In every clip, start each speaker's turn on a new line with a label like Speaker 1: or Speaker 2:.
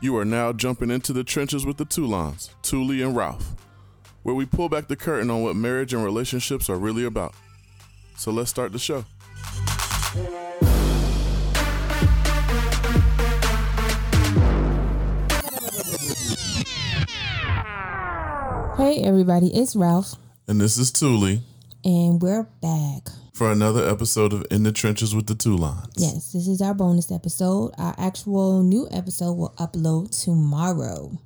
Speaker 1: You are now jumping into the trenches with the Toulons, Thule and Ralph, where we pull back the curtain on what marriage and relationships are really about. So let's start the show.
Speaker 2: Hey everybody, it's Ralph,
Speaker 1: And this is Thule
Speaker 2: and we're back.
Speaker 1: for another episode of In the Trenches with the Toulons.
Speaker 2: Yes, this is our bonus episode. Our actual new episode will upload tomorrow.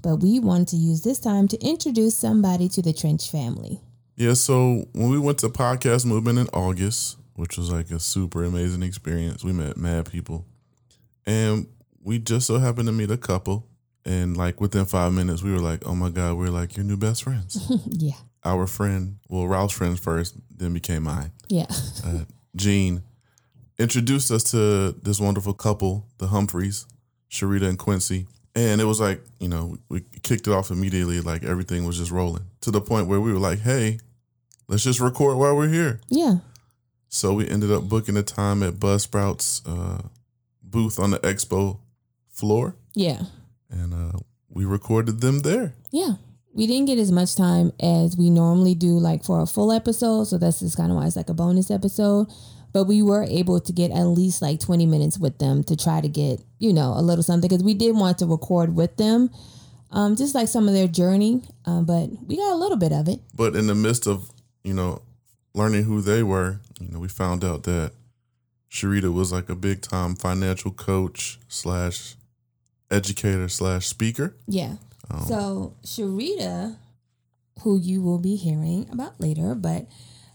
Speaker 2: But we wanted to use this time to introduce somebody to the Trench family.
Speaker 1: Yeah, so when we went to Podcast Movement in August, which was like a super amazing experience, we met mad people. And we just so happened to meet a couple. And like within five minutes, we were like, oh my God, we're like your new best friends.
Speaker 2: Yeah.
Speaker 1: Our friend, well, Ralph's friends first, then became mine.
Speaker 2: Yeah.
Speaker 1: Uh, Gene introduced us to this wonderful couple, the Humphreys, Sharita and Quincy. And it was like, you know, we kicked it off immediately. Like everything was just rolling to the point where we were like, hey, let's just record while we're here.
Speaker 2: Yeah.
Speaker 1: So we ended up booking a time at Buzzsprout's uh, booth on the expo floor.
Speaker 2: Yeah.
Speaker 1: And uh, we recorded them there.
Speaker 2: Yeah. We didn't get as much time as we normally do, like for a full episode. So that's just kind of why it's like a bonus episode. But we were able to get at least like 20 minutes with them to try to get, you know, a little something because we did want to record with them, um, just like some of their journey. Um, but we got a little bit of it.
Speaker 1: But in the midst of, you know, learning who they were, you know, we found out that Sharita was like a big time financial coach slash educator slash speaker.
Speaker 2: Yeah.
Speaker 1: Um,
Speaker 2: So Sharita, who you will be hearing about later, but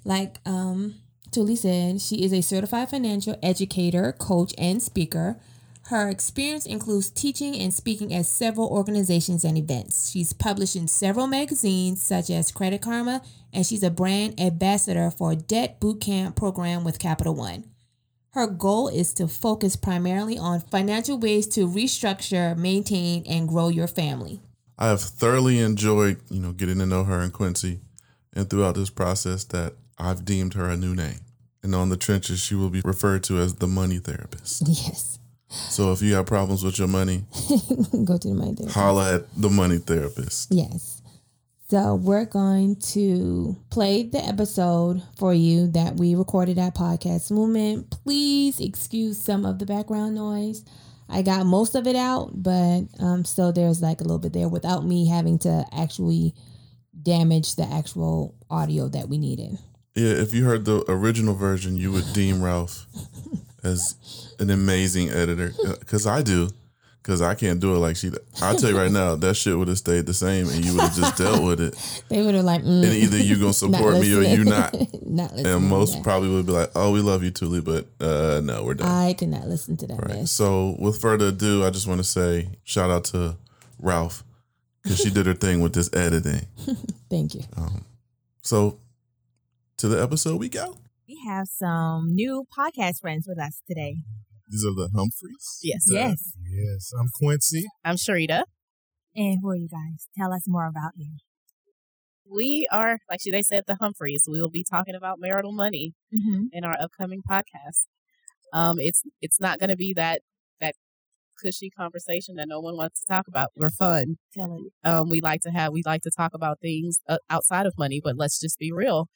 Speaker 2: like um Tuli said, she is a certified financial educator, coach, and speaker. Her experience includes teaching and speaking at several organizations and events. She's published in several magazines such as Credit Karma, and she's a brand ambassador for a debt bootcamp program with Capital One. Her goal is to focus primarily on financial ways to restructure, maintain, and grow your family.
Speaker 1: I have thoroughly enjoyed, you know, getting to know her and Quincy and throughout this process that I've deemed her a new name. And on the trenches, she will be referred to as the money therapist.
Speaker 2: Yes.
Speaker 1: So if you have problems with your money,
Speaker 2: Go to the mind there.
Speaker 1: holla at the money therapist.
Speaker 2: Yes. So we're going to play the episode for you that we recorded at Podcast Movement. Please excuse some of the background noise. I got most of it out, but um, still there's like a little bit there without me having to actually damage the actual audio that we needed.
Speaker 1: Yeah, if you heard the original version, you would deem Ralph as an amazing editor. Because I do. Because I can't do it like she I'll tell you right now, that shit would have stayed the same and you would have just dealt with it.
Speaker 2: They would have like, mm,
Speaker 1: And either you going to
Speaker 2: not
Speaker 1: support me or you
Speaker 2: listening.
Speaker 1: not.
Speaker 2: not listening.
Speaker 1: And most
Speaker 2: yeah.
Speaker 1: probably would be like, oh, we love you, Tuli, but uh, no, we're done.
Speaker 2: I could not listen to that
Speaker 1: Right.
Speaker 2: mess.
Speaker 1: So, with further ado, I just want to say shout out to Ralph because she did her thing with this editing.
Speaker 2: Thank you.
Speaker 1: Um, so, to the episode we go.
Speaker 3: We have some new podcast friends with us today.
Speaker 1: These are the Humphreys.
Speaker 3: Yes.
Speaker 1: Yeah.
Speaker 3: Yes.
Speaker 4: Yes, I'm Quincy.
Speaker 5: I'm Sharita.
Speaker 3: And who are you guys? Tell us more about you.
Speaker 5: We are, like they said, the Humphreys. We will be talking about marital money
Speaker 3: Mm-hmm.
Speaker 5: um, in our upcoming podcast. Um, it's it's not going to be that that cushy conversation that no one wants to talk about. We're fun.
Speaker 3: Tell us.
Speaker 5: Um, we like to have we like to talk about things uh, outside of money, but let's just be real.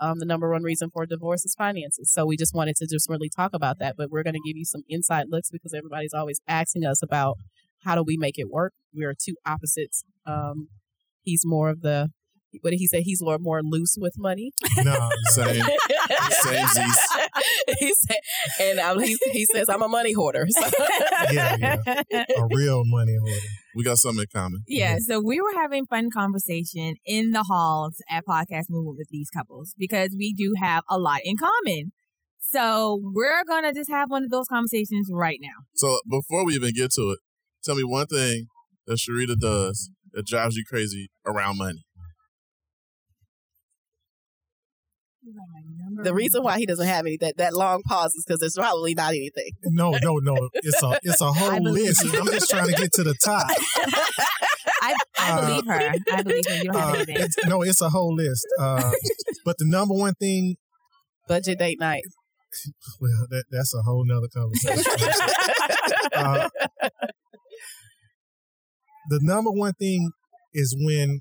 Speaker 5: Um, the number one reason for divorce is finances. So we just wanted to just really talk about that. But we're going to give you some inside looks because everybody's always asking us about how do we make it work. We are two opposites. Um, he's more of the what did he say? He's more more loose with money.
Speaker 4: No,
Speaker 1: Same. Samesies.
Speaker 5: he said, and um, he, he says I'm a money hoarder. So.
Speaker 4: Yeah, a real money order.
Speaker 1: We got something in common.
Speaker 3: Yeah, so we were having fun conversation in the halls at Podcast Movement with these couples because we do have a lot in common. So we're gonna just have one of those conversations right now.
Speaker 1: So before we even get to it, tell me one thing that Sharita does that drives you crazy around money.
Speaker 5: The reason why he doesn't have any that that long pause is because there's probably not anything.
Speaker 4: No, no, no. It's a it's a
Speaker 5: I
Speaker 4: whole
Speaker 5: believe
Speaker 4: list.
Speaker 5: you.
Speaker 4: I'm just trying to get to the top.
Speaker 3: I, I
Speaker 4: Uh,
Speaker 3: believe her. I believe her. You don't
Speaker 4: Uh,
Speaker 3: have anything.
Speaker 4: it's, no, it's a whole list. Uh, but the number one thing,
Speaker 5: Budget date night.
Speaker 4: well, that, that's a whole nother conversation. Uh,
Speaker 6: the number one thing is when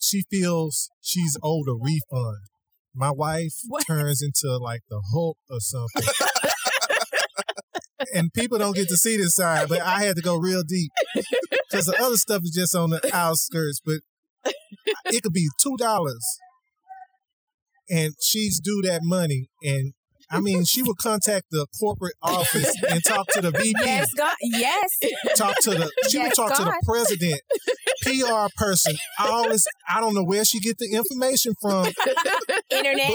Speaker 6: she feels she's owed a refund. My wife
Speaker 2: What?
Speaker 6: turns into like the Hulk or something. and people don't get to see this side, but I had to go real deep because the other stuff is just on the outskirts. But it could be two dollars, and she's due that money. And I mean, she would contact the corporate office and talk to the VP
Speaker 2: Yes, God. Yes.
Speaker 6: talk to the she would
Speaker 2: Yes,
Speaker 6: talk to the
Speaker 2: God.
Speaker 6: president, PR person. All this I don't know where she get the information from,
Speaker 2: Internet.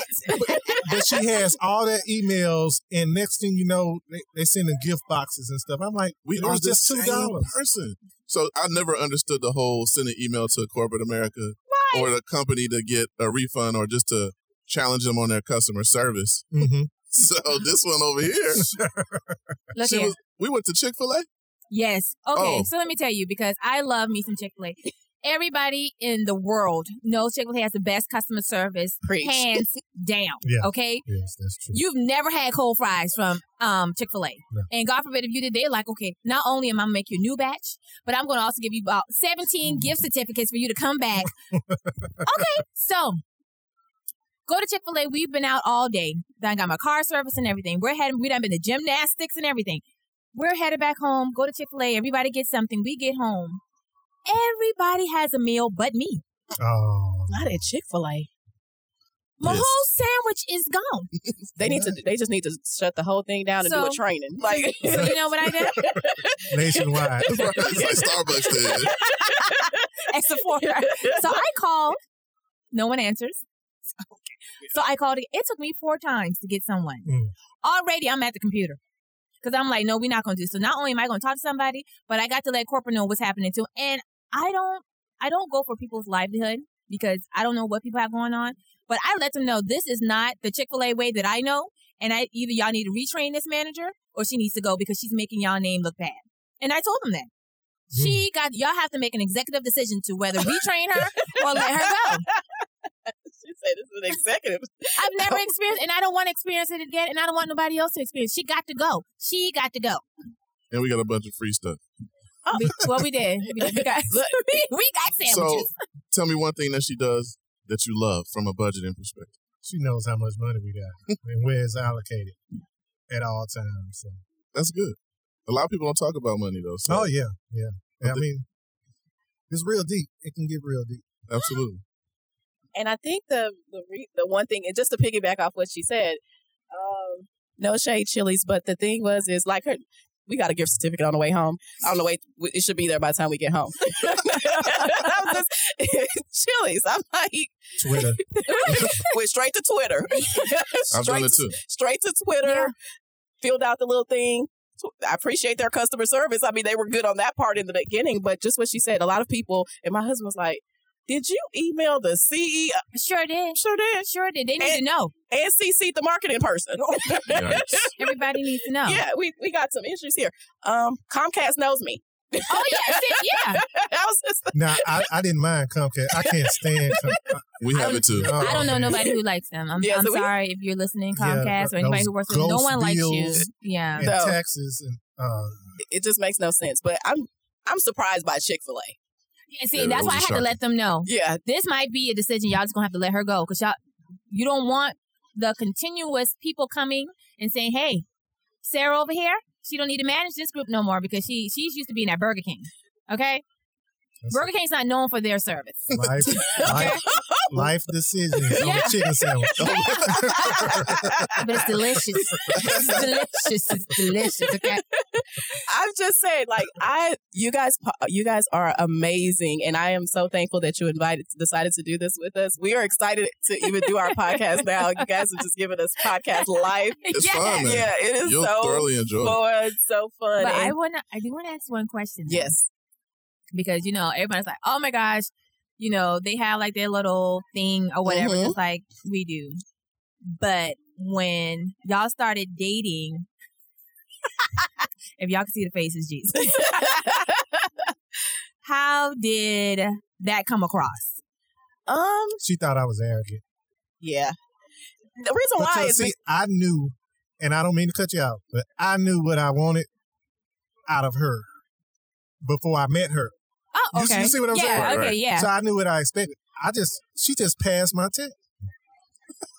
Speaker 6: but she has all their emails. And next thing you know, they, they sending gift boxes and stuff. I'm like,
Speaker 1: We
Speaker 6: It
Speaker 1: are
Speaker 6: was
Speaker 1: just
Speaker 6: just
Speaker 1: two
Speaker 6: $2.
Speaker 1: person. So I never understood the whole send an email to corporate America or the company to get a refund or just to challenge them on their customer service.
Speaker 6: mhm.
Speaker 1: So this one over here,
Speaker 2: Look
Speaker 1: she
Speaker 2: here.
Speaker 1: was, we went to Chick Fil A.
Speaker 2: Yes. Okay.
Speaker 1: Oh.
Speaker 2: So let me tell you because I love me some Chick Fil A. Everybody in the world knows Chick Fil A has the best customer service,
Speaker 5: Preach.
Speaker 2: hands down.
Speaker 6: Yeah.
Speaker 2: Okay.
Speaker 6: yes, that's true.
Speaker 2: You've never had cold fries from um, Chick Fil A,
Speaker 6: No.
Speaker 2: and God forbid if you did, they're like, okay, not only am I gonna make you a new batch, but I'm gonna also give you about 17 gift certificates for you to come back. okay, so go to Chick Fil A. We've been out all day. Done got my car service and everything. We're heading. We done been to gymnastics and everything. We're headed back home. Go to Chick Fil A. Everybody get something. We get home. Everybody has a meal but me.
Speaker 6: oh,
Speaker 5: Not at Chick Fil A.
Speaker 2: My
Speaker 1: Yes.
Speaker 2: whole sandwich is gone.
Speaker 5: They need to. They just need to shut the whole thing down and do a
Speaker 2: So-
Speaker 5: training. Like
Speaker 2: So you know what I did?
Speaker 6: nationwide.
Speaker 1: It's like Starbucks did.
Speaker 2: at Sephora. So I called. No one answers. Okay. So I called. It took me four times to get someone.
Speaker 6: Mm.
Speaker 2: Already, I'm at the computer because I'm like, no, we're not going to do. So not only am I going to talk to somebody, but I got to let corporate know what's happening too. And I don't, I don't go for people's livelihood because I don't know what people have going on. But I let them know this is not the Chick Fil A way that I know, and I either y'all need to retrain this manager or she needs to go because she's making y'all name look bad. And I told them that. She got y'all have to make an executive decision to whether we train her or let her go.
Speaker 5: she said, "This is an executive."
Speaker 2: I've never experienced and I don't want to experience it again and I don't want nobody else to experience. She got to go. She got to go.
Speaker 1: And we got a bunch of free stuff.
Speaker 2: We, well we did. We, did. We got we, we got
Speaker 1: So
Speaker 2: sandwiches.
Speaker 1: tell me one thing that she does that you love from a budgeting perspective.
Speaker 6: She knows how much money we got and where it's allocated at all times. So.
Speaker 1: That's good. A lot of people don't talk about money though. So
Speaker 6: Oh yeah, yeah. I mean, it's real deep. It can get real deep.
Speaker 1: absolutely.
Speaker 5: And I think the the re- the one thing, and just to piggyback off what she said, um, no shade, Chili's, but the thing was is like her. We got a gift certificate on the way home. On the way, it should be there by the time we get home. I was just, Chili's. I'm like,
Speaker 6: Twitter.
Speaker 5: went straight to Twitter.
Speaker 1: I've
Speaker 5: straight,
Speaker 1: done it too.
Speaker 5: straight to Twitter.
Speaker 2: Yeah.
Speaker 5: Filled out the little thing. Tw- I appreciate their customer service. I mean, they were good on that part in the beginning, but just what she said, a lot of people, and my husband was like, did you email the CEO?
Speaker 2: sure did.
Speaker 5: Sure did.
Speaker 2: Sure did. They need to
Speaker 5: And-
Speaker 2: know.
Speaker 5: And CC the marketing person.
Speaker 1: Oh, Yikes.
Speaker 2: Everybody needs to know.
Speaker 5: yeah, we, we got some issues here. Um, Comcast knows me.
Speaker 2: Oh yeah, see, yeah.
Speaker 5: I was just
Speaker 6: now I, I didn't mind Comcast. I can't stand. Com-
Speaker 1: We have it too.
Speaker 6: Oh,
Speaker 2: I don't know
Speaker 6: man.
Speaker 2: nobody who likes them. I'm,
Speaker 5: Yeah,
Speaker 2: I'm
Speaker 5: so we-
Speaker 2: sorry if you're listening,
Speaker 6: Yeah,
Speaker 2: Comcast or anybody
Speaker 6: those
Speaker 2: who works with them. No
Speaker 6: ghost
Speaker 2: one likes you.
Speaker 6: bills.
Speaker 2: Yeah.
Speaker 6: and
Speaker 5: So-
Speaker 6: taxes and uh,
Speaker 5: it just makes no sense. But I'm I'm surprised by Chick Fil A.
Speaker 2: And see,
Speaker 1: Yeah,
Speaker 2: that's
Speaker 1: those
Speaker 2: why
Speaker 1: are
Speaker 2: I had to
Speaker 1: shocking.
Speaker 2: let them know.
Speaker 5: Yeah,
Speaker 2: this might be a decision y'all just gonna have to let her go because y'all you don't want the continuous people coming and saying, "Hey, Sarah over here, she don't need to manage this group no more because she she's used to being at Burger King." Okay,
Speaker 6: That's-
Speaker 2: Burger King's not known for their service.
Speaker 6: life, life, life decisions on
Speaker 2: Yeah.
Speaker 6: the chicken sandwich.
Speaker 2: but it's delicious. It's delicious. It's delicious. Okay.
Speaker 5: I'm just saying, like I, you guys, you guys are amazing, and I am so thankful that you invited, decided to do this with us. We are excited to even do our podcast now. You guys have just given us podcast life.
Speaker 1: It's
Speaker 2: Yeah.
Speaker 1: fun, Oh, man.
Speaker 5: Yeah, it is
Speaker 1: You'll
Speaker 5: so
Speaker 1: thoroughly enjoy it.
Speaker 5: fun, so fun.
Speaker 2: But I
Speaker 5: and-
Speaker 2: wanna, I do wanna ask one question. though.
Speaker 5: yes,
Speaker 2: because you know everybody's like, "Oh my gosh," you know they have like their little thing or whatever,
Speaker 6: Mm-hmm.
Speaker 5: Mhm.
Speaker 2: just like we do. But when y'all started dating, if y'all can see the faces, Jesus, how did that come across?
Speaker 5: um,
Speaker 6: She thought I was arrogant.
Speaker 5: yeah. The reason
Speaker 6: But
Speaker 5: why
Speaker 6: you
Speaker 5: is
Speaker 6: see, I knew, and I don't mean to cut you out, but I knew what I wanted out of her before I met her. You see-
Speaker 2: Oh, okay.
Speaker 6: you see what I'm
Speaker 2: yeah,
Speaker 6: saying?
Speaker 2: Okay,
Speaker 1: Right.
Speaker 2: yeah.
Speaker 6: So I knew what I expected. I just she just passed my test.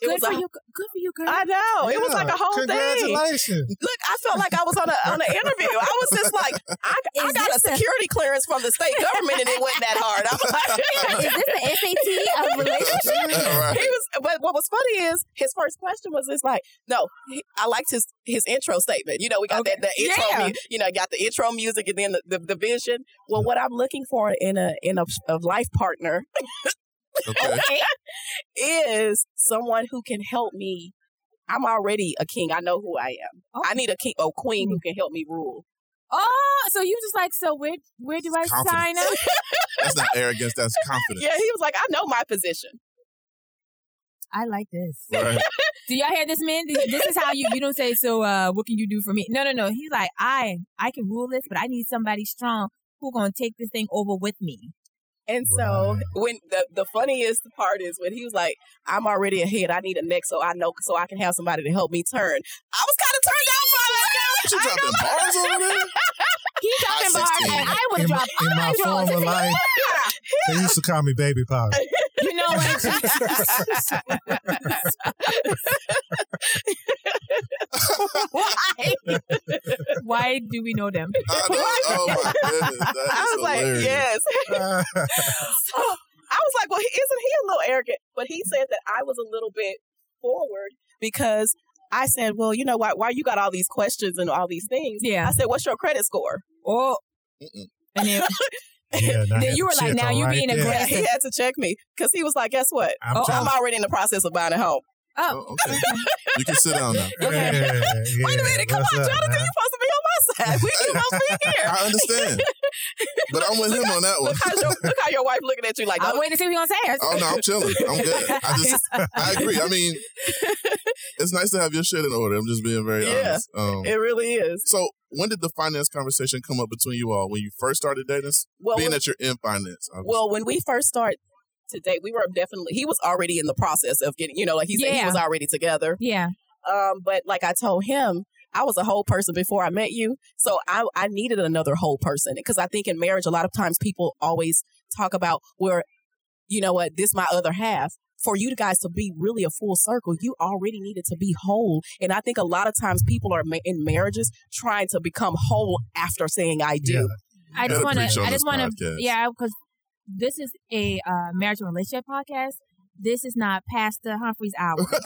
Speaker 5: It
Speaker 2: good
Speaker 5: was
Speaker 2: for
Speaker 5: a-
Speaker 2: you. Good for you, girl.
Speaker 5: I know. It was
Speaker 6: Yeah,
Speaker 5: like a
Speaker 2: Oh,
Speaker 5: whole thing.
Speaker 6: Congratulations.
Speaker 5: Look, I felt like I was on a on an interview. I was just like, I, I
Speaker 7: Is
Speaker 5: got a
Speaker 7: this a-
Speaker 5: security clearance from the state government, and it wasn't that hard. I'm
Speaker 7: Is
Speaker 5: like,
Speaker 7: this the SAT of relationships?
Speaker 1: Right.
Speaker 5: he was. But what was funny is his first question was just like, no, he, I liked his his intro statement. You know, we got that that intro.
Speaker 2: Yeah.
Speaker 5: mu- you know, got the intro music and then the, the, the vision. Well, what I'm looking for in a in a, a life partner
Speaker 1: Okay.
Speaker 5: is someone who can help me. I'm already a king. I know who I am.
Speaker 2: Oh.
Speaker 5: I need a king, a queen
Speaker 1: Mm-hmm.
Speaker 5: who can help me rule.
Speaker 2: oh, so you just like so where where do I
Speaker 1: Confidence.
Speaker 2: sign up?
Speaker 1: That's not arrogance. That's confidence.
Speaker 5: Yeah, he was like, I know my position.
Speaker 2: I like this.
Speaker 1: Right.
Speaker 2: Do y'all hear this man? This this is how you you don't say so uh what can you do for me? No, no, no. He's like, I I can rule this, but I need somebody strong who gonna take this thing over with me.
Speaker 5: And so
Speaker 6: Right.
Speaker 5: when the the funniest part is when he was like, "I'm already ahead. I need a neck, so I know, so I can have somebody to help me turn." I was kind of turned off by that.
Speaker 1: You dropping bars over there?
Speaker 2: He dropping bars
Speaker 1: 16.
Speaker 2: and I would
Speaker 6: In,
Speaker 2: drop
Speaker 6: in my
Speaker 2: I dropped
Speaker 6: former life, they used to call me Baby Power.
Speaker 2: you know what?
Speaker 5: Why?
Speaker 2: Why do we know them?
Speaker 1: I know. Oh my goodness. That is
Speaker 5: I was
Speaker 1: hilarious.
Speaker 5: like, "Yes." Oh, I was like, "Well, he- isn't he a little arrogant?" But he said that I was a little bit forward because I said, "Well, you know why? Why you got all these questions and all these things?"
Speaker 2: Yeah.
Speaker 5: I said, "What's your credit score?"
Speaker 2: Oh
Speaker 1: Mm-mm.
Speaker 2: and then oh,
Speaker 6: yeah, now
Speaker 2: Then
Speaker 6: I
Speaker 2: you
Speaker 6: had to
Speaker 2: were like,
Speaker 6: check
Speaker 2: now
Speaker 6: her
Speaker 2: you
Speaker 6: right
Speaker 2: being
Speaker 6: there.
Speaker 5: Yeah, he
Speaker 2: aggressive.
Speaker 5: had to check me because he was like, "Guess what?
Speaker 6: I'm
Speaker 2: Oh,
Speaker 5: I'm
Speaker 6: trying.
Speaker 5: already in the process of buying a home."
Speaker 2: oh
Speaker 1: Oh, okay. You can sit down now.
Speaker 6: Yeah, yeah,
Speaker 5: Wait a minute, come
Speaker 6: what's
Speaker 5: on,
Speaker 6: up,
Speaker 5: Jonathan,
Speaker 6: man?
Speaker 5: you're supposed to be on my side. We just supposed to be here.
Speaker 1: I understand. But I'm with him on that one.
Speaker 5: Look how your look how your wife looking at you like "Oh,
Speaker 2: I'm
Speaker 5: no,
Speaker 2: waiting to see what he gonna say.
Speaker 1: Oh no, I'm chilling. I'm good. I just I agree. I mean it's nice to have your shit in order. I'm just being very
Speaker 5: Yeah.
Speaker 1: honest. Um,
Speaker 5: it really is.
Speaker 1: so when did the finance conversation come up between you all? When you first started dating?
Speaker 5: Well,
Speaker 1: Being
Speaker 5: when,
Speaker 1: that you're in finance. obviously.
Speaker 5: well, when we first start to date, we were definitely he was already in the process of getting you know like he said he
Speaker 2: Yeah.
Speaker 5: was already together.
Speaker 2: Yeah.
Speaker 5: Um, but like I told him. I was a whole person before I met you, so I, I needed another whole person because I think in marriage a lot of times people always talk about where, you know what, this my other half. For you guys to be really a full circle, you already needed to be whole, and I think a lot of times people are ma- in marriages trying to become whole after saying I do.
Speaker 6: Yeah.
Speaker 1: Gotta
Speaker 2: I just wanna
Speaker 1: preach on
Speaker 2: I
Speaker 1: this
Speaker 2: just wanna
Speaker 1: podcast.
Speaker 2: Yeah, because this is a uh, marriage and relationship podcast. This is not Pastor Humphrey's hour. okay,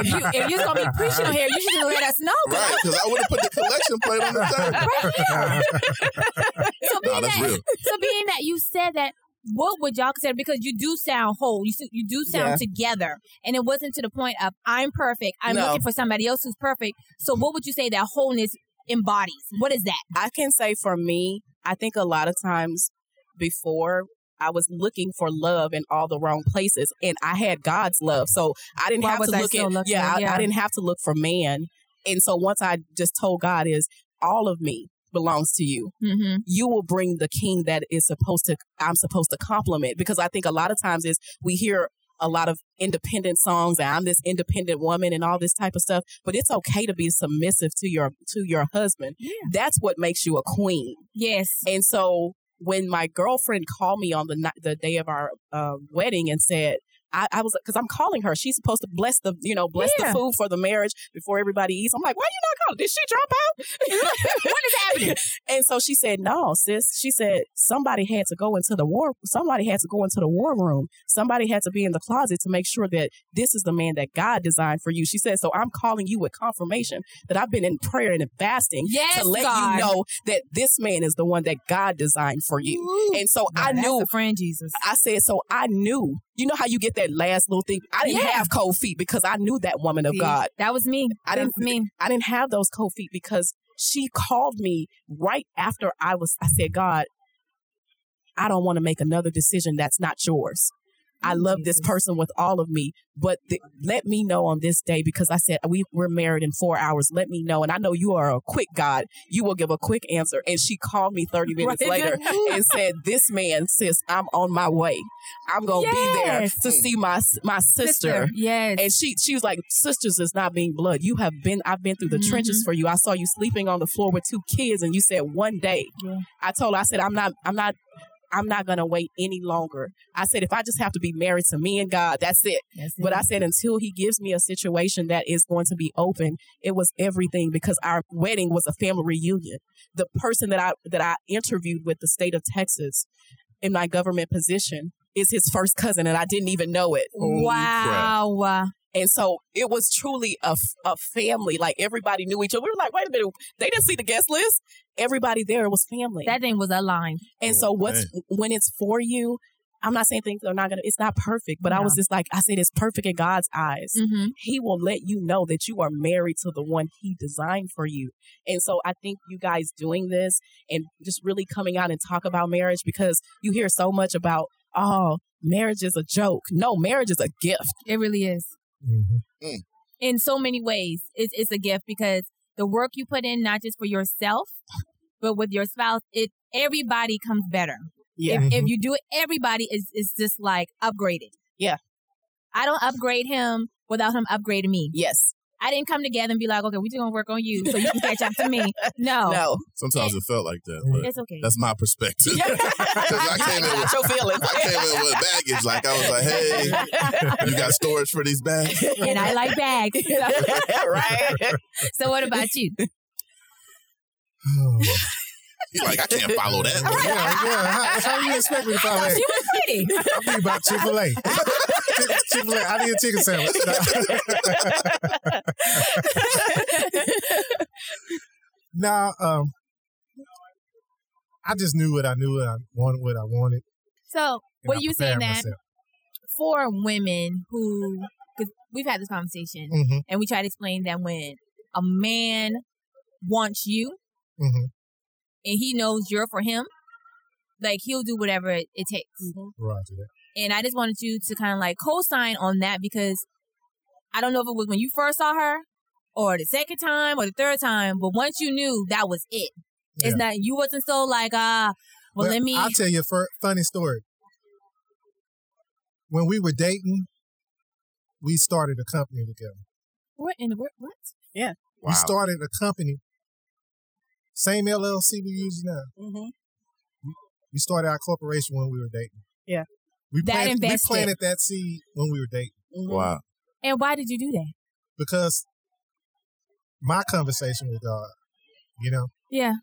Speaker 2: if, you, if you're gonna be preaching on here, you should let us know. 'cause
Speaker 1: Right, because I would have put the collection plate on the table.
Speaker 2: So
Speaker 1: Nah,
Speaker 2: being
Speaker 1: that's
Speaker 2: that,
Speaker 1: real.
Speaker 2: so being that you said that, what would y'all consider? Because you do sound whole. You s- you do sound
Speaker 5: Yeah.
Speaker 2: together, and it wasn't to the point of I'm perfect. I'm
Speaker 5: No.
Speaker 2: looking for somebody else who's perfect. So what would you say that wholeness embodies? What is that?
Speaker 5: I can say for me, I think a lot of times before I was looking for love in all the wrong places, and I had God's love, so I didn't
Speaker 2: Why
Speaker 5: have
Speaker 2: was
Speaker 5: to
Speaker 2: I
Speaker 5: look
Speaker 2: so
Speaker 5: at
Speaker 2: lucky?
Speaker 5: yeah, I,
Speaker 2: Yeah.
Speaker 5: I didn't have to look for man. And so once I just told God is all of me belongs to you.
Speaker 2: Mm-hmm.
Speaker 5: You will bring the king that is supposed to I'm supposed to compliment because I think a lot of times is we hear a lot of independent songs and I'm this independent woman and all this type of stuff, but it's okay to be submissive to your to your husband.
Speaker 2: Yeah.
Speaker 5: That's what makes you a queen.
Speaker 2: Yes.
Speaker 5: And so when my girlfriend called me on the night, the day of our uh, wedding and said, I, I was because I'm calling her. She's supposed to bless the you know bless
Speaker 2: Yeah.
Speaker 5: the food for the marriage before everybody eats. I'm like, why you not calling? Did she drop out?
Speaker 2: what is happening?
Speaker 5: and so she said, no, sis. She said somebody had to go into the war. Somebody had to go into the war room. Somebody had to be in the closet to make sure that this is the man that God designed for you. She said, so I'm calling you with confirmation that I've been in prayer and in fasting
Speaker 2: Yes,
Speaker 5: to let
Speaker 2: God.
Speaker 5: you know that this man is the one that God designed for you.
Speaker 2: Ooh.
Speaker 5: And so
Speaker 2: Now
Speaker 5: I
Speaker 2: that's
Speaker 5: knew.
Speaker 2: a friend Jesus.
Speaker 5: I said, so I knew. You know how you get that last little thing? I didn't
Speaker 2: Yeah.
Speaker 5: have cold feet because I knew that woman of
Speaker 2: See,
Speaker 5: God.
Speaker 2: That was me.
Speaker 5: I
Speaker 2: That
Speaker 5: didn't-
Speaker 2: was me.
Speaker 5: I didn't have those cold feet because she called me right after I was. I said, God, I don't want to make another decision that's not yours. I love this person with all of me, but th- let me know on this day because I said we we're married in four hours. Let me know, and I know you are a quick God. You will give a quick answer. And she called me thirty minutes
Speaker 2: Right.
Speaker 5: later and said, "This man, sis, I'm on my way. I'm gonna be there
Speaker 2: Yes.
Speaker 5: to see my s- my sister."
Speaker 2: Yes.
Speaker 5: And she she was like, "Sisters is not being blood. You have been. I've been through the
Speaker 2: Mhm.
Speaker 5: trenches for you. I saw you sleeping on the floor with two kids, and you said one day.
Speaker 2: Yeah.
Speaker 5: I told her. I said, I'm not. I'm not. I'm not gonna wait any longer. I said, if I just have to be married to me and God, that's it.
Speaker 2: That's
Speaker 5: But
Speaker 2: it.
Speaker 5: I said, until He gives me a situation that is going to be open, it was everything because our wedding was a family reunion. The person that I that I interviewed with the state of Texas in my government position is his first cousin, and I didn't even know it.
Speaker 1: Holy
Speaker 2: wow.
Speaker 5: And so it was truly a, f- a family. Like everybody knew each other. We were like, wait a minute, they didn't see the guest list. Everybody there was family.
Speaker 2: That thing was a line.
Speaker 5: and so what's when it's for you, I'm not saying things are not gonna. It's not perfect, but I
Speaker 2: No.
Speaker 5: was just like, I said, it's perfect in God's eyes.
Speaker 2: Mm-hmm.
Speaker 5: He will let you know that you are married to the one He designed for you. And so I think you guys doing this and just really coming out and talk about marriage because you hear so much about oh, marriage is a joke. No, marriage is a gift.
Speaker 2: It really is.
Speaker 6: Mhm.
Speaker 2: in so many ways. It's, it's a gift because the work you put in, not just for yourself, but with your spouse, it everybody comes better.
Speaker 5: Yeah.
Speaker 2: If you do it, everybody is, is just like upgraded.
Speaker 5: Yeah.
Speaker 2: I don't upgrade him without him upgrading me.
Speaker 5: Yes.
Speaker 2: I didn't come together and be like, okay, we're just gonna work on you so you can catch up to me. No.
Speaker 5: No.
Speaker 1: Sometimes it felt like that, but
Speaker 2: It's okay.
Speaker 1: that's my perspective. I came in with-
Speaker 5: Not your feelings.
Speaker 1: I came in with baggage. Like I was like, hey, you got storage for these bags?
Speaker 2: and I like bags. So,
Speaker 5: right.
Speaker 2: so what about you?
Speaker 6: Oh.
Speaker 1: He's like, I can't follow that.
Speaker 6: yeah, yeah. How, how you expect me to follow that?
Speaker 2: She was kidding.
Speaker 6: I'm thinking about Chick Fil A. Chick Fil A. I need a chicken sandwich. No. Now, um, I just knew what I knew. What I wanted. What I wanted.
Speaker 2: So
Speaker 6: and
Speaker 2: what
Speaker 6: I
Speaker 2: are you saying
Speaker 6: prepared
Speaker 2: that
Speaker 6: myself.
Speaker 2: for women who, because we've had this conversation,
Speaker 6: Mhm,
Speaker 2: and we try to explain that when a man wants you
Speaker 6: mhm,
Speaker 2: and he knows you're for him, like he'll do whatever it, it takes.
Speaker 6: Roger that.
Speaker 2: And I just wanted you to kind of like co-sign on that because I don't know if it was when you first saw her or the second time or the third time, but once you knew that was it.
Speaker 6: Yeah.
Speaker 2: It's not you wasn't so like ah, well,
Speaker 6: Well,
Speaker 2: let me.
Speaker 6: I'll tell you a fir- funny story. When we were dating, we started a company together.
Speaker 2: what in the wor- what?
Speaker 6: We started a company, same LLC we use now.
Speaker 2: Mm-hmm.
Speaker 6: We started our corporation when we were dating.
Speaker 5: Yeah.
Speaker 6: We
Speaker 2: That
Speaker 6: planted, we
Speaker 2: invested.
Speaker 6: planted that seed when we were dating
Speaker 1: Wow.
Speaker 2: And why did you do that?
Speaker 6: because my conversation with God, you know,
Speaker 2: Yeah,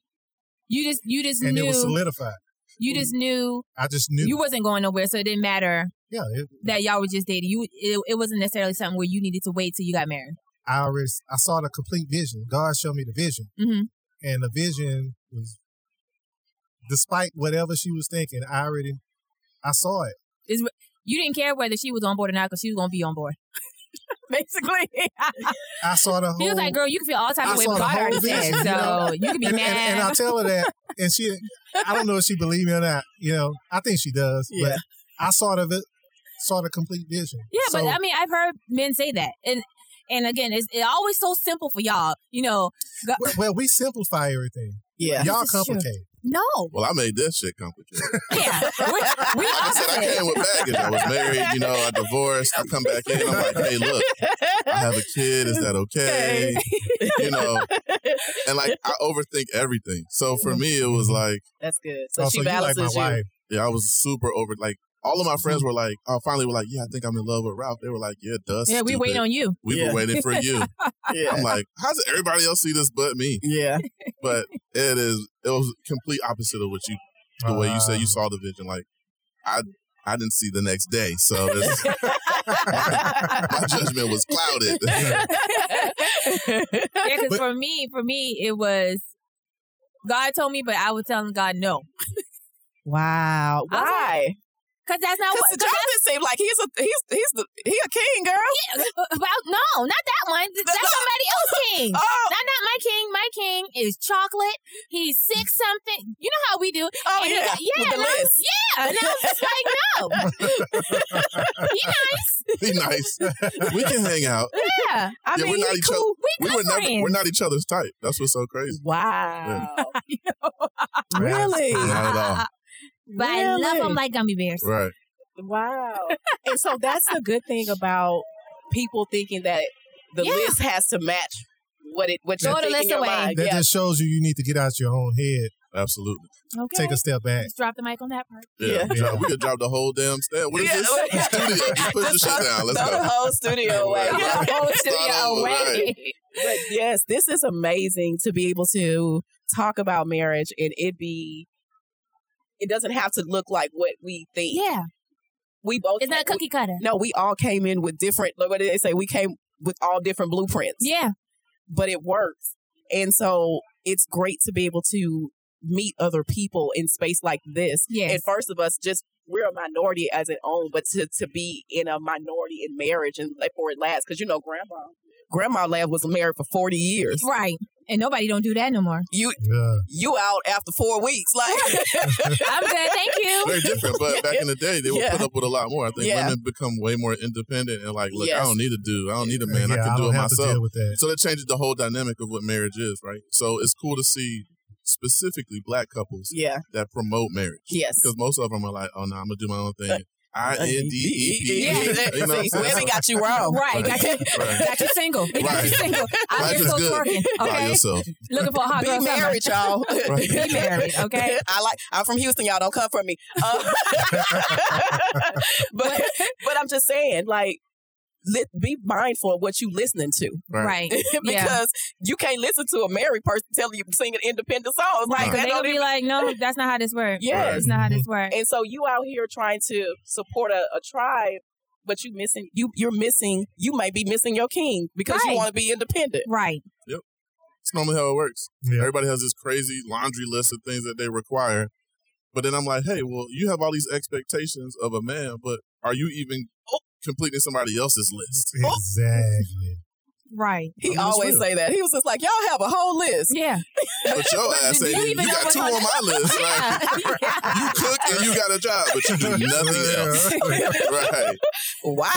Speaker 2: you just you just
Speaker 6: and it was
Speaker 2: knew
Speaker 6: solidified.
Speaker 2: you just knew
Speaker 6: I just knew.
Speaker 2: you wasn't going nowhere, so it didn't matter
Speaker 6: yeah, it,
Speaker 2: that y'all were just dating. You it, it wasn't necessarily something where you needed to wait till you got married.
Speaker 6: I already, I saw the complete vision. God showed me the vision.
Speaker 2: Mhm.
Speaker 6: And the vision was, despite whatever she was thinking, I already, I saw it.
Speaker 2: You didn't care whether she was on board or not because she was gonna be on board. Basically,
Speaker 6: I saw the whole.
Speaker 2: he was like, "Girl, you can feel all type
Speaker 6: I
Speaker 2: of way,
Speaker 6: saw
Speaker 2: but
Speaker 6: the
Speaker 2: God
Speaker 6: whole
Speaker 2: already said,
Speaker 6: vision, you know?
Speaker 2: so you can be
Speaker 6: and, and,
Speaker 2: mad."
Speaker 6: and I tell her that, and she, I don't know if she believed me or not. You know, I think she does.
Speaker 5: Yeah.
Speaker 6: But I saw the, vi- saw the complete vision.
Speaker 2: yeah,
Speaker 6: so,
Speaker 2: but I mean, I've heard men say that, and and again, it's it always so simple for y'all. You know,
Speaker 6: well, well, we simplify everything.
Speaker 5: Yeah.
Speaker 6: Y'all
Speaker 2: This is true.
Speaker 6: complicate.
Speaker 2: no,
Speaker 1: Well, I made that shit complicated.
Speaker 2: yeah, we, we
Speaker 1: Like I said, I
Speaker 2: opposite.
Speaker 1: came with baggage. I was married, you know, I divorced. I come back in, I'm like, hey, look, I have a kid. Is that okay? You know, and like I overthink everything. So for me, it
Speaker 2: Mm-hmm.
Speaker 1: was like,
Speaker 5: That's good.
Speaker 1: Oh,
Speaker 5: So
Speaker 6: Also,
Speaker 5: she
Speaker 6: you like
Speaker 5: balances
Speaker 6: my
Speaker 5: you.
Speaker 6: wife.
Speaker 1: yeah, I was super over. Like all of my friends were like, I finally were like, yeah, I think I'm in love with Ralph. They were like, yeah, dust.
Speaker 2: yeah, we wait on you.
Speaker 1: We
Speaker 5: Yeah.
Speaker 1: were waiting for you.
Speaker 5: Yeah.
Speaker 1: I'm like, how does everybody else see this but me?
Speaker 5: Yeah.
Speaker 1: But it is, it was complete opposite of what you, the way you said you
Speaker 6: Uh,
Speaker 1: saw the vision. Like I, I didn't see the next day, so it's, my judgment was clouded.
Speaker 2: Yeah, 'cause
Speaker 6: But-
Speaker 2: for me, for me, it was God told me, but I was telling God no,
Speaker 5: wow.
Speaker 2: I was like,
Speaker 5: Why?
Speaker 2: because that's not what.
Speaker 5: Because Jonathan seemed like he's a he's he's the he a king girl.
Speaker 2: Uh, Well, no, not that one. That's somebody else's king.
Speaker 5: Oh,
Speaker 2: Not not my my king, my king is chocolate. He's six something. You know how we do.
Speaker 5: Oh
Speaker 2: And-
Speaker 5: yeah,
Speaker 2: yeah,
Speaker 5: with
Speaker 2: and
Speaker 5: the
Speaker 2: I was-
Speaker 5: list.
Speaker 2: Yeah, and I was just like, no,
Speaker 1: Be
Speaker 2: be nice.
Speaker 1: nice. We can hang out.
Speaker 2: Yeah,
Speaker 5: I
Speaker 1: Yeah,
Speaker 5: mean,
Speaker 1: we're not
Speaker 5: we
Speaker 1: each
Speaker 5: cool.
Speaker 1: We were never. We're
Speaker 2: friends.
Speaker 1: not each other's type. That's what's so crazy.
Speaker 5: Wow.
Speaker 6: Really?
Speaker 1: Not at all.
Speaker 2: but I love
Speaker 5: Really?
Speaker 2: them like gummy bears.
Speaker 1: Right.
Speaker 5: Wow. and so that's the good thing about people thinking that the
Speaker 2: Yeah.
Speaker 5: list has to match what it what you're
Speaker 2: Throw the
Speaker 5: thinking
Speaker 2: list
Speaker 5: in your
Speaker 2: away.
Speaker 5: mind.
Speaker 6: That
Speaker 5: Yeah.
Speaker 6: just shows you you need to get out your own head,
Speaker 1: Absolutely.
Speaker 2: Okay,
Speaker 6: take a step back.
Speaker 2: just drop the mic on that part.
Speaker 1: Yeah.
Speaker 6: Yeah.
Speaker 1: Drop- we could drop the whole damn stand. What is
Speaker 5: Yeah.
Speaker 1: this? Studio. Just put the
Speaker 5: Just
Speaker 1: shit down. Let's
Speaker 5: throw
Speaker 1: go.
Speaker 5: the whole studio away.
Speaker 1: Right.
Speaker 5: Yeah.
Speaker 2: whole
Speaker 1: over, right.
Speaker 5: but yes, this is amazing to be able to talk about marriage and it be it doesn't have to look like what we think.
Speaker 2: Yeah,
Speaker 5: We both
Speaker 2: it's not cookie cutter.
Speaker 5: No, we all came in with different like what did they say? We came with all different blueprints.
Speaker 2: Yeah,
Speaker 5: But it works. And so it's great to be able to meet other people in space like this.
Speaker 2: Yes.
Speaker 5: And first of us just we're a minority as it own, but to, to be in a minority in marriage and like for it lasts, because you know grandma grandma lab was married for forty years.
Speaker 2: right. And nobody don't do that no more.
Speaker 5: You
Speaker 6: Yeah.
Speaker 5: you out after four weeks. Like
Speaker 2: I'm good, thank you.
Speaker 1: Very different, but back in the day, they would
Speaker 5: Yeah.
Speaker 1: put up with a lot more. I think
Speaker 5: Yeah.
Speaker 1: women become way more independent and like, look, I
Speaker 5: Yes.
Speaker 1: don't need a dude. I don't need a man.
Speaker 6: yeah,
Speaker 1: I can do
Speaker 6: don't
Speaker 1: it
Speaker 6: have to
Speaker 1: myself.
Speaker 6: deal with that.
Speaker 1: So that changes the whole dynamic of what marriage is, right? So it's cool to see specifically black couples
Speaker 5: Yeah.
Speaker 1: that promote marriage.
Speaker 5: Yes. Uh,
Speaker 1: Because most of them are like, oh, no, I'm going to do my own thing. I N D E P.
Speaker 5: Yeah,
Speaker 1: You know what I'm
Speaker 5: see,
Speaker 1: saying?
Speaker 5: Webby got you wrong.
Speaker 2: Right, got you,
Speaker 1: Right.
Speaker 2: got you single. They got you
Speaker 1: Right.
Speaker 2: single. I'm
Speaker 1: Life
Speaker 2: just
Speaker 1: is
Speaker 2: still
Speaker 1: good.
Speaker 2: twerking.
Speaker 1: By
Speaker 2: Okay,
Speaker 1: yourself.
Speaker 2: looking for a hot
Speaker 5: Be
Speaker 2: girl. summer.
Speaker 5: married, y'all.
Speaker 1: Right.
Speaker 2: Be married, okay.
Speaker 5: I like. I'm from Houston, y'all. Don't come for me. Uh, but but I'm just saying, like, li- be mindful of what you listening to
Speaker 2: Right.
Speaker 5: because
Speaker 2: Yeah.
Speaker 5: you can't listen to a married person telling you singing independent songs like
Speaker 1: Right.
Speaker 5: that.
Speaker 2: They
Speaker 5: Don't
Speaker 2: gonna be
Speaker 5: even,
Speaker 2: like, no, that's not how this works.
Speaker 5: yes.
Speaker 2: That's not how this works.
Speaker 5: And so you out here trying to support a, a tribe, but you missing you you're missing you might be missing your king because you
Speaker 2: Right.
Speaker 5: want to be independent.
Speaker 2: Right.
Speaker 1: It's normally how it works.
Speaker 6: Yeah.
Speaker 1: Everybody has this crazy laundry list of things that they require. But then I'm like, hey, well, you have all these expectations of a man, but are you even completing somebody else's list?
Speaker 6: Exactly.
Speaker 2: Right.
Speaker 5: He
Speaker 1: I'm just
Speaker 5: always
Speaker 1: real.
Speaker 5: say that. He was just like, y'all have a whole list.
Speaker 2: Yeah.
Speaker 1: But your ass
Speaker 2: do
Speaker 1: ain't
Speaker 2: you
Speaker 1: even,
Speaker 2: even
Speaker 1: you
Speaker 2: know
Speaker 1: got
Speaker 2: what's
Speaker 1: two
Speaker 2: on
Speaker 1: on my list. Like, you cook and you got a job, but you do nothing else. Right.
Speaker 5: Wow.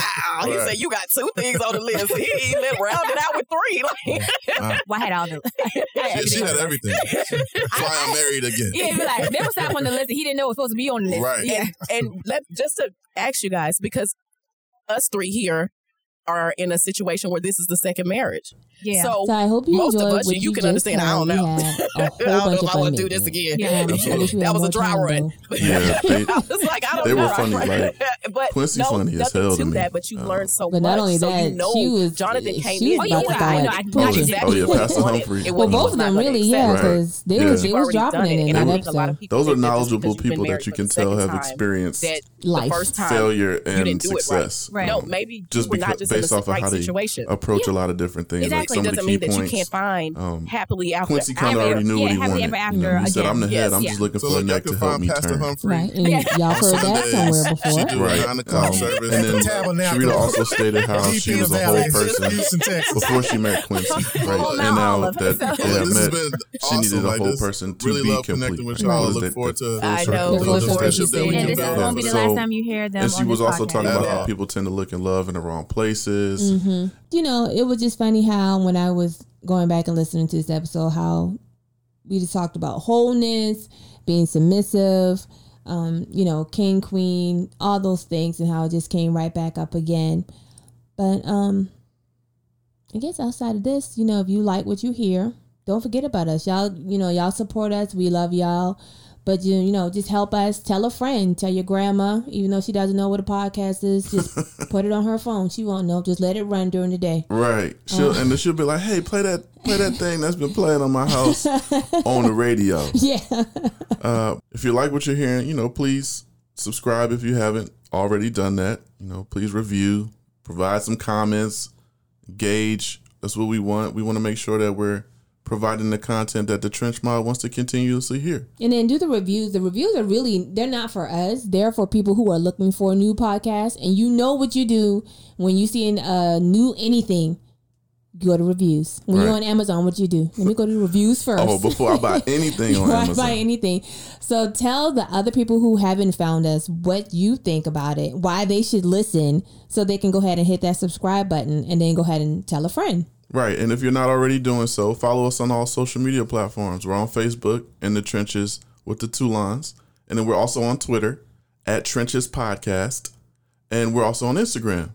Speaker 5: He
Speaker 1: Right.
Speaker 5: said you got two things on the list. He even rounded out with three. Like,
Speaker 2: Well, I had all the. I
Speaker 1: Yeah, she had
Speaker 2: everything on the list.
Speaker 1: everything. That's why I'm married again.
Speaker 2: Yeah, he was like, there was stuff on the list that he didn't know was supposed to be on the list.
Speaker 1: Right.
Speaker 2: Yeah.
Speaker 5: and let just to ask you guys, because us three here are in a situation where this is the second marriage.
Speaker 2: Yeah.
Speaker 5: So
Speaker 7: So I hope you
Speaker 5: most of
Speaker 7: enjoyed
Speaker 5: us,
Speaker 7: what
Speaker 5: you
Speaker 7: you
Speaker 5: can
Speaker 7: just
Speaker 5: understand. I don't
Speaker 7: heard. We
Speaker 5: know.
Speaker 7: had
Speaker 5: I
Speaker 7: a
Speaker 5: don't know
Speaker 7: whole bunch
Speaker 5: if
Speaker 7: of
Speaker 5: I
Speaker 7: fun
Speaker 5: want to do
Speaker 7: meetings.
Speaker 5: this again.
Speaker 2: yeah.
Speaker 7: I wish- I wish we
Speaker 5: That
Speaker 7: had
Speaker 5: was a
Speaker 7: more
Speaker 5: dry
Speaker 7: time,
Speaker 5: run.
Speaker 7: though.
Speaker 1: Yeah, they-
Speaker 5: I was like, I don't
Speaker 1: They
Speaker 5: know.
Speaker 1: were funny, like,
Speaker 5: but
Speaker 1: Quincy
Speaker 5: no,
Speaker 1: funny as
Speaker 5: nothing
Speaker 1: hell to
Speaker 5: to
Speaker 1: me.
Speaker 5: that. But you
Speaker 1: Uh,
Speaker 5: learn so
Speaker 7: But
Speaker 5: much.
Speaker 7: not only
Speaker 5: so
Speaker 7: that,
Speaker 5: you know
Speaker 7: she was
Speaker 5: Jonathan came
Speaker 7: she
Speaker 5: in.
Speaker 7: was
Speaker 2: Oh, yeah,
Speaker 7: about
Speaker 2: I
Speaker 7: to
Speaker 2: know,
Speaker 7: start
Speaker 2: I- I
Speaker 5: Not
Speaker 2: did
Speaker 7: pushing.
Speaker 1: didn't- Oh,
Speaker 5: exactly
Speaker 1: yeah,
Speaker 5: what he
Speaker 1: Pastor
Speaker 5: wanted.
Speaker 1: Humphrey.
Speaker 5: It
Speaker 7: Well,
Speaker 5: was-
Speaker 1: Well,
Speaker 7: both
Speaker 5: was
Speaker 7: of
Speaker 5: not
Speaker 7: them
Speaker 5: gonna accept.
Speaker 7: really, yeah,
Speaker 1: Right.
Speaker 7: because they
Speaker 1: Yeah.
Speaker 7: was they
Speaker 5: You've
Speaker 7: was
Speaker 5: already done
Speaker 7: dropping
Speaker 5: it,
Speaker 7: in it.
Speaker 5: and
Speaker 7: I
Speaker 5: I
Speaker 1: They
Speaker 5: think a lot
Speaker 7: so.
Speaker 5: of people
Speaker 1: Those are
Speaker 5: think that just
Speaker 1: knowledgeable
Speaker 5: because you've been
Speaker 1: people
Speaker 5: married
Speaker 1: that you
Speaker 5: for
Speaker 1: can
Speaker 5: the second
Speaker 1: tell have
Speaker 5: time,
Speaker 1: experienced
Speaker 5: that
Speaker 7: Life.
Speaker 5: first time.
Speaker 1: failure
Speaker 5: didn't
Speaker 1: and
Speaker 5: do it right.
Speaker 1: success.
Speaker 2: Right.
Speaker 5: no,
Speaker 1: Um,
Speaker 5: maybe
Speaker 1: just
Speaker 5: just you were
Speaker 1: because-
Speaker 5: not just in
Speaker 1: based
Speaker 5: the
Speaker 1: off of
Speaker 5: right
Speaker 1: how they-
Speaker 5: situation.
Speaker 1: approach a lot of different things.
Speaker 2: Exactly.
Speaker 1: Like some of the
Speaker 5: doesn't
Speaker 1: key
Speaker 5: mean that
Speaker 1: points.
Speaker 5: you can't find
Speaker 1: um,
Speaker 5: happily after.
Speaker 1: Quincy kind
Speaker 5: after.
Speaker 1: of already knew
Speaker 2: Yeah,
Speaker 1: what he
Speaker 2: happy
Speaker 1: wanted.
Speaker 2: ever
Speaker 1: you know,
Speaker 2: after
Speaker 1: he said,
Speaker 2: again.
Speaker 1: "I'm the head.
Speaker 2: Yes,
Speaker 1: I'm
Speaker 2: yeah.
Speaker 1: just looking So for a look, I neck to could help find me Pastor turn."
Speaker 6: Humphrey.
Speaker 7: Right, and y'all
Speaker 1: On
Speaker 7: heard that
Speaker 1: Sundays,
Speaker 7: somewhere
Speaker 1: She
Speaker 7: before.
Speaker 1: do
Speaker 6: Right.
Speaker 1: a nine o'clock
Speaker 6: Right.
Speaker 1: service,
Speaker 6: At
Speaker 1: and
Speaker 6: the
Speaker 1: then
Speaker 6: tabernacle.
Speaker 1: Sharita also stated how
Speaker 6: Deep
Speaker 1: she
Speaker 6: in the
Speaker 1: was a whole
Speaker 6: valley,
Speaker 1: person
Speaker 6: Houston, Texas.
Speaker 1: before she met Quincy,
Speaker 2: Whole
Speaker 1: right? And
Speaker 2: mile
Speaker 1: now
Speaker 2: of
Speaker 1: that
Speaker 2: herself.
Speaker 1: they
Speaker 2: Look,
Speaker 1: have
Speaker 6: this
Speaker 1: met, been
Speaker 6: has
Speaker 1: she needed
Speaker 6: awesome,
Speaker 1: a
Speaker 6: like
Speaker 1: whole
Speaker 6: this.
Speaker 1: person to really be love complete.
Speaker 6: connecting with
Speaker 1: right?
Speaker 6: y'all.
Speaker 1: Those
Speaker 6: Look
Speaker 1: that-
Speaker 6: forward to-
Speaker 1: those
Speaker 5: I know.
Speaker 1: are-
Speaker 5: Look
Speaker 1: those
Speaker 5: forward
Speaker 1: are
Speaker 5: to it.
Speaker 1: friendships that we
Speaker 2: and
Speaker 1: can
Speaker 2: this
Speaker 1: build
Speaker 2: won't be
Speaker 1: on.
Speaker 2: the
Speaker 1: So-
Speaker 2: last time you hear them.
Speaker 1: and she
Speaker 2: on
Speaker 1: was
Speaker 2: this
Speaker 1: also
Speaker 2: podcast.
Speaker 1: talking about
Speaker 6: At
Speaker 1: how
Speaker 6: all.
Speaker 1: people tend to look in love in the wrong places.
Speaker 7: hmm You know, it was just funny how when I was going back and listening to this episode, how we just talked about wholeness, being submissive, um, you know, king, queen, all those things, and how it just came right back up again. But um, I guess outside of this, you know, if you like what you hear, don't forget about us, y'all. You know, y'all support us. We love y'all. But you, you know, just help us. Tell a friend. Tell your grandma, even though she doesn't know what a podcast is. Just put it on her phone. She won't know. Just let it run during the day.
Speaker 1: Right. She'll and then she'll be like, "Hey, play that play that thing that's been playing on my house on the radio."
Speaker 7: Yeah.
Speaker 1: Uh, if you like what you're hearing, you know, please subscribe if you haven't already done that. You know, please review, provide some comments, gauge. That's what we want. We want to make sure that we're providing the content that the trench mob wants to continuously hear.
Speaker 7: And then do the reviews. The reviews are really they're not for us. They're for people who are looking for a new podcast. And you know what you do when you see an- a new uh, anything. go to reviews. When you're
Speaker 1: Right.
Speaker 7: on Amazon, what you do? Let me go to the reviews first.
Speaker 1: Oh, before I buy anything on
Speaker 7: before I
Speaker 1: Amazon.
Speaker 7: buy anything. So tell the other people who haven't found us what you think about it, why they should listen, so they can go ahead and hit that subscribe button, and then go ahead and tell a friend.
Speaker 1: Right. And if you're not already doing so, follow us on all social media platforms. We're on Facebook in the trenches with the two lines. And then we're also on Twitter at Trenches Podcast. And we're also on Instagram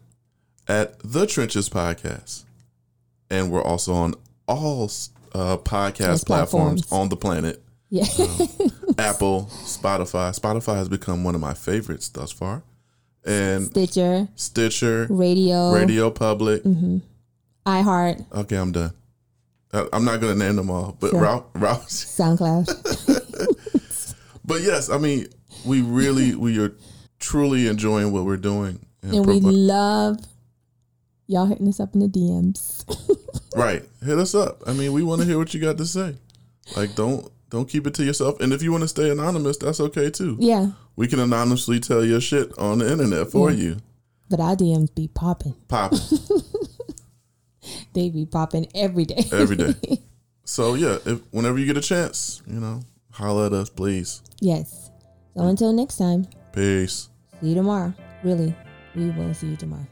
Speaker 1: at The Trenches Podcast. And we're also on all uh,
Speaker 7: Yes,
Speaker 1: podcast
Speaker 7: platforms.
Speaker 1: platforms on the planet
Speaker 7: Yeah.
Speaker 1: Apple, Spotify. Spotify has become one of my favorites thus far. And
Speaker 7: Stitcher,
Speaker 1: Stitcher,
Speaker 7: radio,
Speaker 1: Radio Public,
Speaker 7: iHeart,
Speaker 1: Okay, I'm done. I- I'm not gonna name them all, but
Speaker 7: Sure.
Speaker 1: Ralph, Ralph.
Speaker 7: SoundCloud.
Speaker 1: But yes, I mean, we really, we are truly enjoying what we're doing, and
Speaker 7: and we
Speaker 1: provi-
Speaker 7: love y'all hitting us up in the DMs.
Speaker 1: right. Hit us up. I mean, we want to hear what you got to say. Like, don't don't keep it to yourself. And if you want to stay anonymous, that's okay too.
Speaker 7: yeah.
Speaker 1: We can anonymously tell your shit on the internet for you.
Speaker 7: But our DMs be popping.
Speaker 1: Pop it
Speaker 7: They be popping every day.
Speaker 1: every day. so yeah, if whenever you get a chance, you know, holla at us, please.
Speaker 7: yes. So until next time,
Speaker 1: Peace.
Speaker 7: see you tomorrow. Really, we will see you tomorrow.